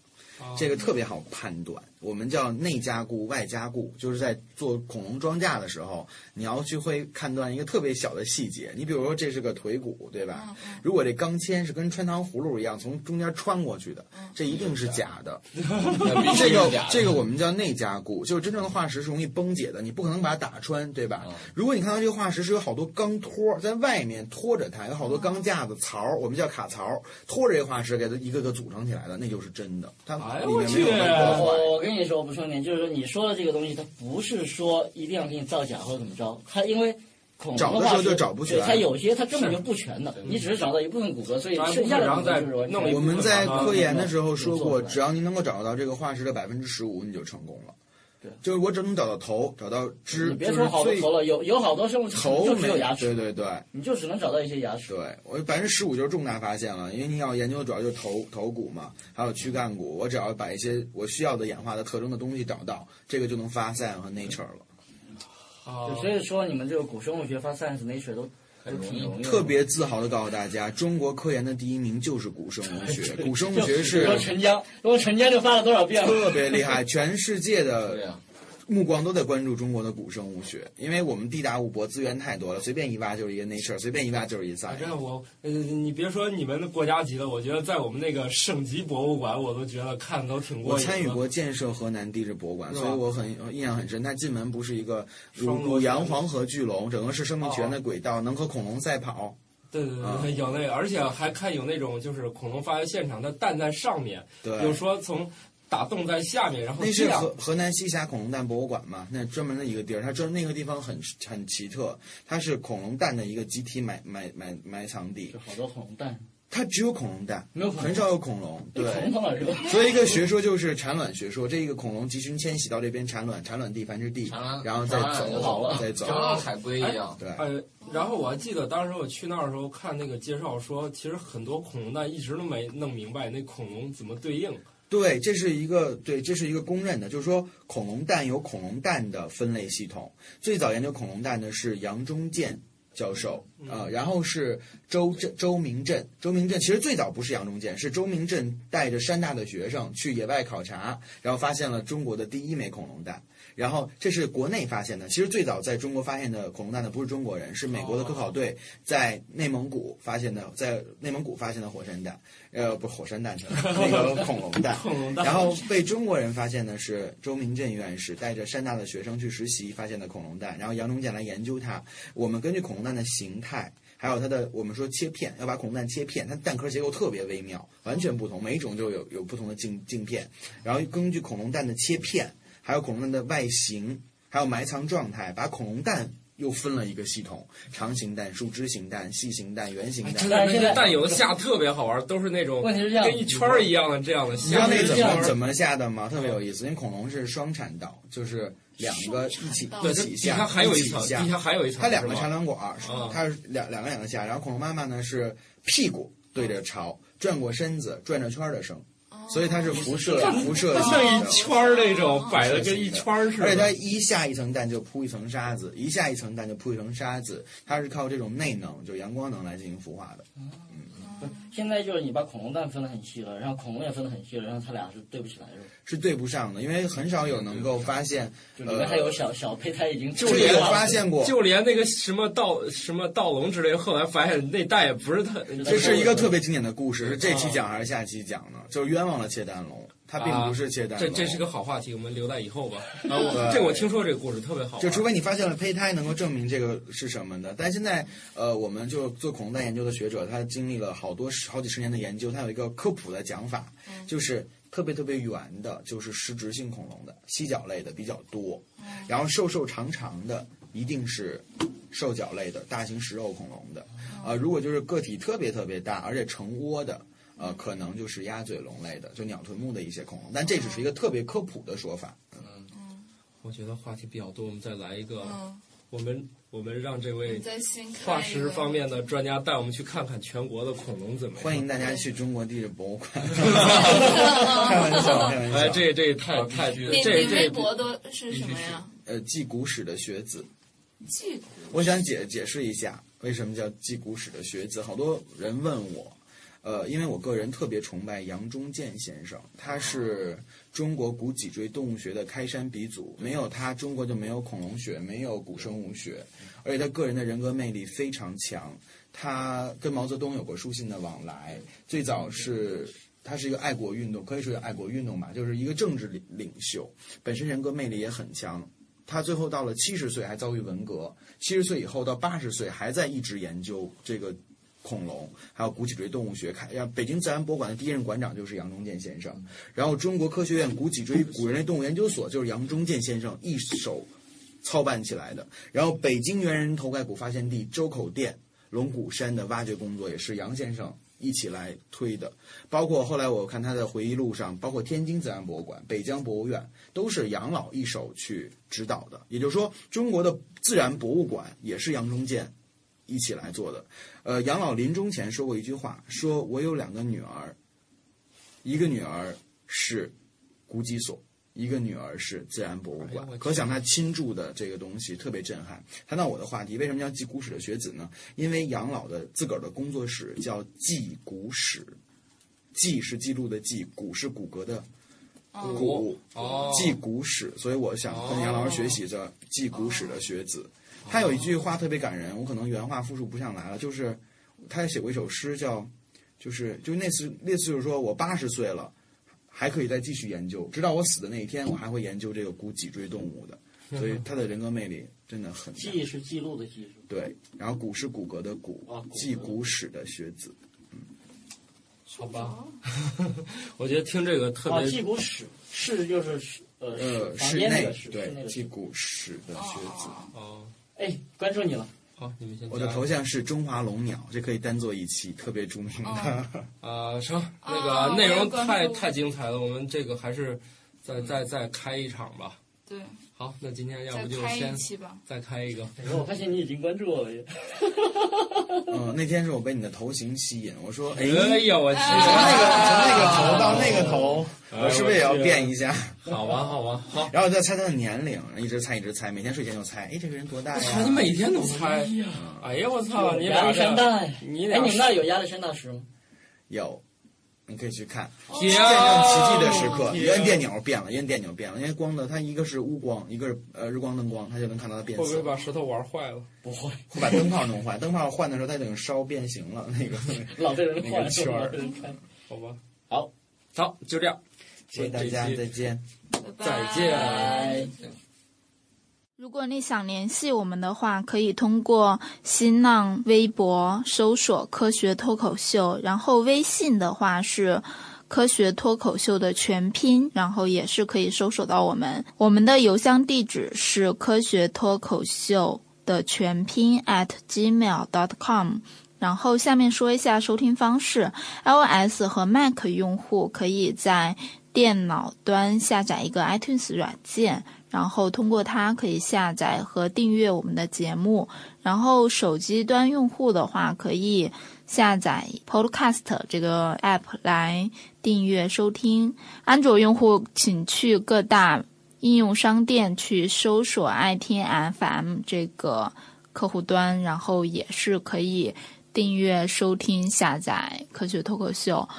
这个特别好判断，我们叫内加固、外加固，就是在做恐龙装架的时候，你要去会判断一个特别小的细节。你比如说，这是个腿骨，对
嗯
吧？如果这钢钎是跟穿糖葫芦一样从中间穿过去的，这一定是假的。
那
这
嗯必须
个
是假的
这个我们叫内加固，就是真正的化石是容易崩解的，你不可能把它打穿，对吧？
嗯
哎
如果你看到这个化石是有好多钢托在外面拖着它，有好多钢架子槽儿，我们叫卡槽儿，拖着这个化石给它一个个组成起来的，那就是真的。它
哎
里
我
面没有
去
被
哎
破坏。
呃我我跟你说，我补充一点，就是说你说的这个东西，它不是说一定要给你造假或者怎么着，它因为恐龙
找的
话
时候就是找不全
对它有些它根本就不全的，你只是找到一部分骨骼，所以
找一部分
剩下的
然后再
部分就是完全
弄一
我们在科研的时候说过，
嗯
只要您能够找到这个化石的百分之十五，你就成功了。
对
就是我只能找到头，找到肢，
你别
就
说
是
好多
最
头了，有有好多生物
头
就只
没
有牙齿，
对对对。
你就只能找到一些牙齿。
对，我百分之十五就是重大发现了，因为你要研究的主要就是头头骨嘛，还有躯干骨。我只要把一些我需要的演化的特征的东西找到，这个就能发 science 和 nature 了。
啊
就所以说你们这个古生物学发 Science Nature 都都挺容易的，
特别自豪的告诉大家，中国科研的第一名就是古生物
<laughs>
学。古生物学
比
是
如说陈江，如果陈江就发了多少遍了？
特别厉害，全世界的目光都在关注中国的古生物学，因为我们地大物博，资源太多了，随便一挖就是一个 Nature，随便一挖就是一 Science。
真的，我呃，你别说你们的国家级的，我觉得在我们那个省级博物馆，我都觉得看的都挺过
我
瘾的。
参与过建设河南地质博物馆，
是吧
所以我很印象很深。它进门不是一个
双
乳
螺
乳
旋
羊黄河巨龙，整个是生命泉的轨道，能和恐龙赛跑。
对对对，
啊
有那，而且还看有那种就是恐龙发掘现场，它蛋在上面，
对
有说从打洞在下面，然后
那
这
是
样
河河南西峡恐龙蛋博物馆嘛？那专门的一个地儿，它专那个地方很很奇特，它是恐龙蛋的一个集体埋埋埋埋藏地
就，好多恐龙蛋，
它只有恐龙蛋，
没有恐龙
很少有恐龙。对，
恐龙老师吧？
所以一个学说就是产卵学说，这一个恐龙集群迁徙到这边产卵，产卵地繁殖地，然后再走，再 <laughs> 走，
龟
一
样
对
呃，然后我还记得当时我去那儿的时候看那个介绍说，其实很多恐龙蛋一直都没弄明白那恐龙怎么对应。
啊对，这是一个对，这是一个公认的，就是说恐龙蛋有恐龙蛋的分类系统。最早研究恐龙蛋的是杨忠健教授
嗯
啊、呃然后是周周周明镇，周明镇其实最早不是杨忠健，是周明镇带着山大的学生去野外考察，然后发现了中国的第一枚恐龙蛋。然后这是国内发现的，其实最早在中国发现的恐龙蛋的不是中国人，是美国的科考队在内蒙古发现的，在内蒙古发现的火山蛋，呃，不是火山蛋去了，那个 <laughs> 恐龙蛋。
恐龙蛋
然后被中国人发现的是周明镇院士带着山大的学生去实习发现的恐龙蛋，然后杨忠健来研究它。我们根据恐龙蛋的形态。还有它的，我们说切片，要把恐龙蛋切片，它蛋壳结构特别微妙，完全不同，每一种就有有不同的镜镜片。然后根据恐龙蛋的切片，还有恐龙蛋的外形，还有埋藏状态，把恐龙蛋又分了一个系统：长形蛋、树枝形蛋、细形蛋、圆形蛋。
真
但
的，
是
那
现
个
在
蛋有的下特别好玩，都是那种
问题是这样
跟一圈儿一样的这样的
你知
下。
道那个怎么
么？
怎么下的吗？特别有意思，因为恐龙是双产道，就是两个一起
双产道
一
对，它
起
底
下，
下还有一层，
起下
底下还有一层，
它两
是
个
吗
产卵管儿
啊，
它是两两个两个下，然后恐龙妈妈呢是屁股对着巢，转过身子，转着圈儿的生，
哦
所以它是辐射辐射
它
型
像一
的
圈儿那
哦
种，摆的跟一圈儿似的。
而哎且它一下一层蛋就铺一层沙子，一下一层蛋就铺一层沙子，它是靠这种内能，就阳光能来进行孵化的。
现在就是你把恐龙蛋分得很细了，然后恐龙也分得很细了，然后它俩是对不起来的，
是对不上的，因为很少有能够发现，
就里面
呃
还有小小胚胎已经
这
就
个有发现过，
就连那个什么盗什么盗龙之类，后来发现那蛋也不是它，啊
这是一个特别经典的故事，是这期讲还是下期讲呢？就是冤枉了切蛋龙，它并不是切蛋
这
龙，
这是个好话题，我们留在以
<laughs>
后吧。啊，
对
我这我听说这个故事特别好玩，啊
就除非你发现了胚胎能够证明这个是什么的，但现在呃，我们就做恐龙蛋研究的学者，他经历了好多十好几十年的研究，他有一个科普的讲法，就是特别特别圆的，就是食植性恐龙的犀角类的比较多，然后瘦瘦长长的一定是兽脚类的大型食肉恐龙的，呃，如果就是个体特别特别大，而且成窝的。呃，可能就是鸭嘴龙类的，就鸟臀目的一些恐龙，但这只是一个特别科普的说法。
我觉得话题比较多，我们再来一个，
嗯，
我们我们让这位
再新开
化
一
石
个
方面的专家带我们去看看全国的恐龙怎么样。
欢迎大家去中国地质博
<laughs>
物馆。开玩笑，开玩笑。
哎，这这太太
你
这
你微
这
博都是什么呀？
呃，记古史的学子，
记古
我想解解释一下为什么叫记古史的学子。好多人问我，呃，因为我个人特别崇拜杨忠健先生，他是中国古脊椎动物学的开山鼻祖，没有他，中国就没有恐龙学，没有古生物学，而且他个人的人格魅力非常强。他跟毛泽东有过书信的往来，最早是他是一个爱国运动，可以说是爱国运动吧，就是一个政治领领袖，本身人格魅力也很强。他最后到了七十岁还遭遇文革，七十岁以后到八十岁还在一直研究这个恐龙，还有古脊椎动物学。开，让北京自然博物馆的第一任馆长就是杨忠健先生，然后中国科学院古脊椎古人类动物研究所就是杨忠健先生一手操办起来的。然后北京猿人头盖骨发现地周口店龙骨山的挖掘工作也是杨先生一起来推的，包括后来我看他的回忆录上，包括天津自然博物馆、北疆博物院都是杨老一手去指导的。也就是说，中国的自然博物馆也是杨忠健一起来做的。呃，杨老临终前说过一句话，说我有两个女儿，一个女儿是古脊索，一个女儿是自然博物馆
哎呦我，
可想他倾注的这个东西特别震撼。谈到我的话题，为什么叫记古史的学子呢？因为养老的自个儿的工作室叫记古史，记是记录的记，古是骨骼的
嗯
古，
哦
<laughs>
记古史。所以我想跟杨老师学习着记古史的学子。他有一句话特别感人，我可能原话复述不上来了，就是他写过一首诗叫，就是就那次那次就是说我八十岁了。还可以再继续研究，直到我死的那一天，我还会研究这个古脊椎动物的。所以他的人格魅力真的很大
记是记录的记，是吧
对，然后古是骨骼的骨
啊骨，骼
记古史的学子。
好吧， <laughs> 我觉得听这个特
啊，
别
记古史是就是呃
呃，
房
室
间那
内
个室，室内
对，
的
记
室。
古史的学子。
哦，
哎，关注你了，
好，你们先加。
我的头像是中华龙鸟，这可以单做一期特别著名的。
啊，成，那
啊
个
我
内容
有关
太
注
太精彩了，我们这个还是再再再开一场吧。
对，
好，那今天要
再
不就
开
先
一期吧。
再开一个，
哎我发现你已经关注
<laughs>
我了耶。
<laughs> 嗯，那天是我被你的头型吸引，我说，哎，
哎呀，哎我去，
从那个从那个头到那个头，我是不是也
啊
要变一下？ <laughs>
好吧，好吧，好，
然后再猜他的年龄，一直猜一直猜，每天睡前就猜，哎，这个人多大
操，你
呀？
每天都猜，哎呀，我
<laughs>
操，你
亚
俩
历山
这，
大哎，
你
哎，
俩
你们那儿有亚历山大石吗？
有，你可以去看。
见
见证奇迹的时刻，你
啊
按电钮变了，你按电钮变了，因为光的它一个是乌光，一个是呃日光灯光，它就能看到它变
会不
色
会。把石头玩坏了？
不会，
会把灯泡弄坏，灯泡换的时候它已经烧变形了，那个
老被人
那
换
个，圈
老
儿
被。人看。
好吧，
好，
好，就这样，
谢谢大家，
这一期
再见。
再见。
拜。
如果你想联系我们的话，可以通过新浪微博搜索“科学脱口秀”，然后微信的话是“科学脱口秀”的全拼，然后也是可以搜索到我们。我们的邮箱地址是“科学脱口秀”的全拼 at gmail.com。然后下面说一下收听方式，iOS 和 Mac 用户可以在电脑端下载一个 iTunes 软件。然后通过它可以下载和订阅我们的节目。然后手机端用户的话，可以下载 Podcast 这个 app 来订阅收听。安卓用户请去各大应用商店去搜索爱听 FM 这个客户端，然后也是可以订阅收听下载科学脱口秀。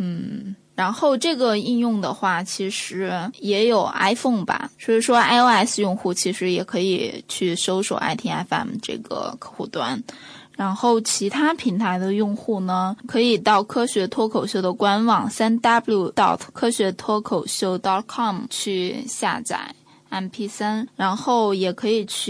嗯，然后这个应用的话，其实也有 iPhone 吧，所以说 iOS 用户其实也可以去搜索 ITFM 这个客户端。然后其他平台的用户呢，可以到科学脱口秀的官网三 w dot 科学脱口秀 dot com 去下载 MP 3然后也可以去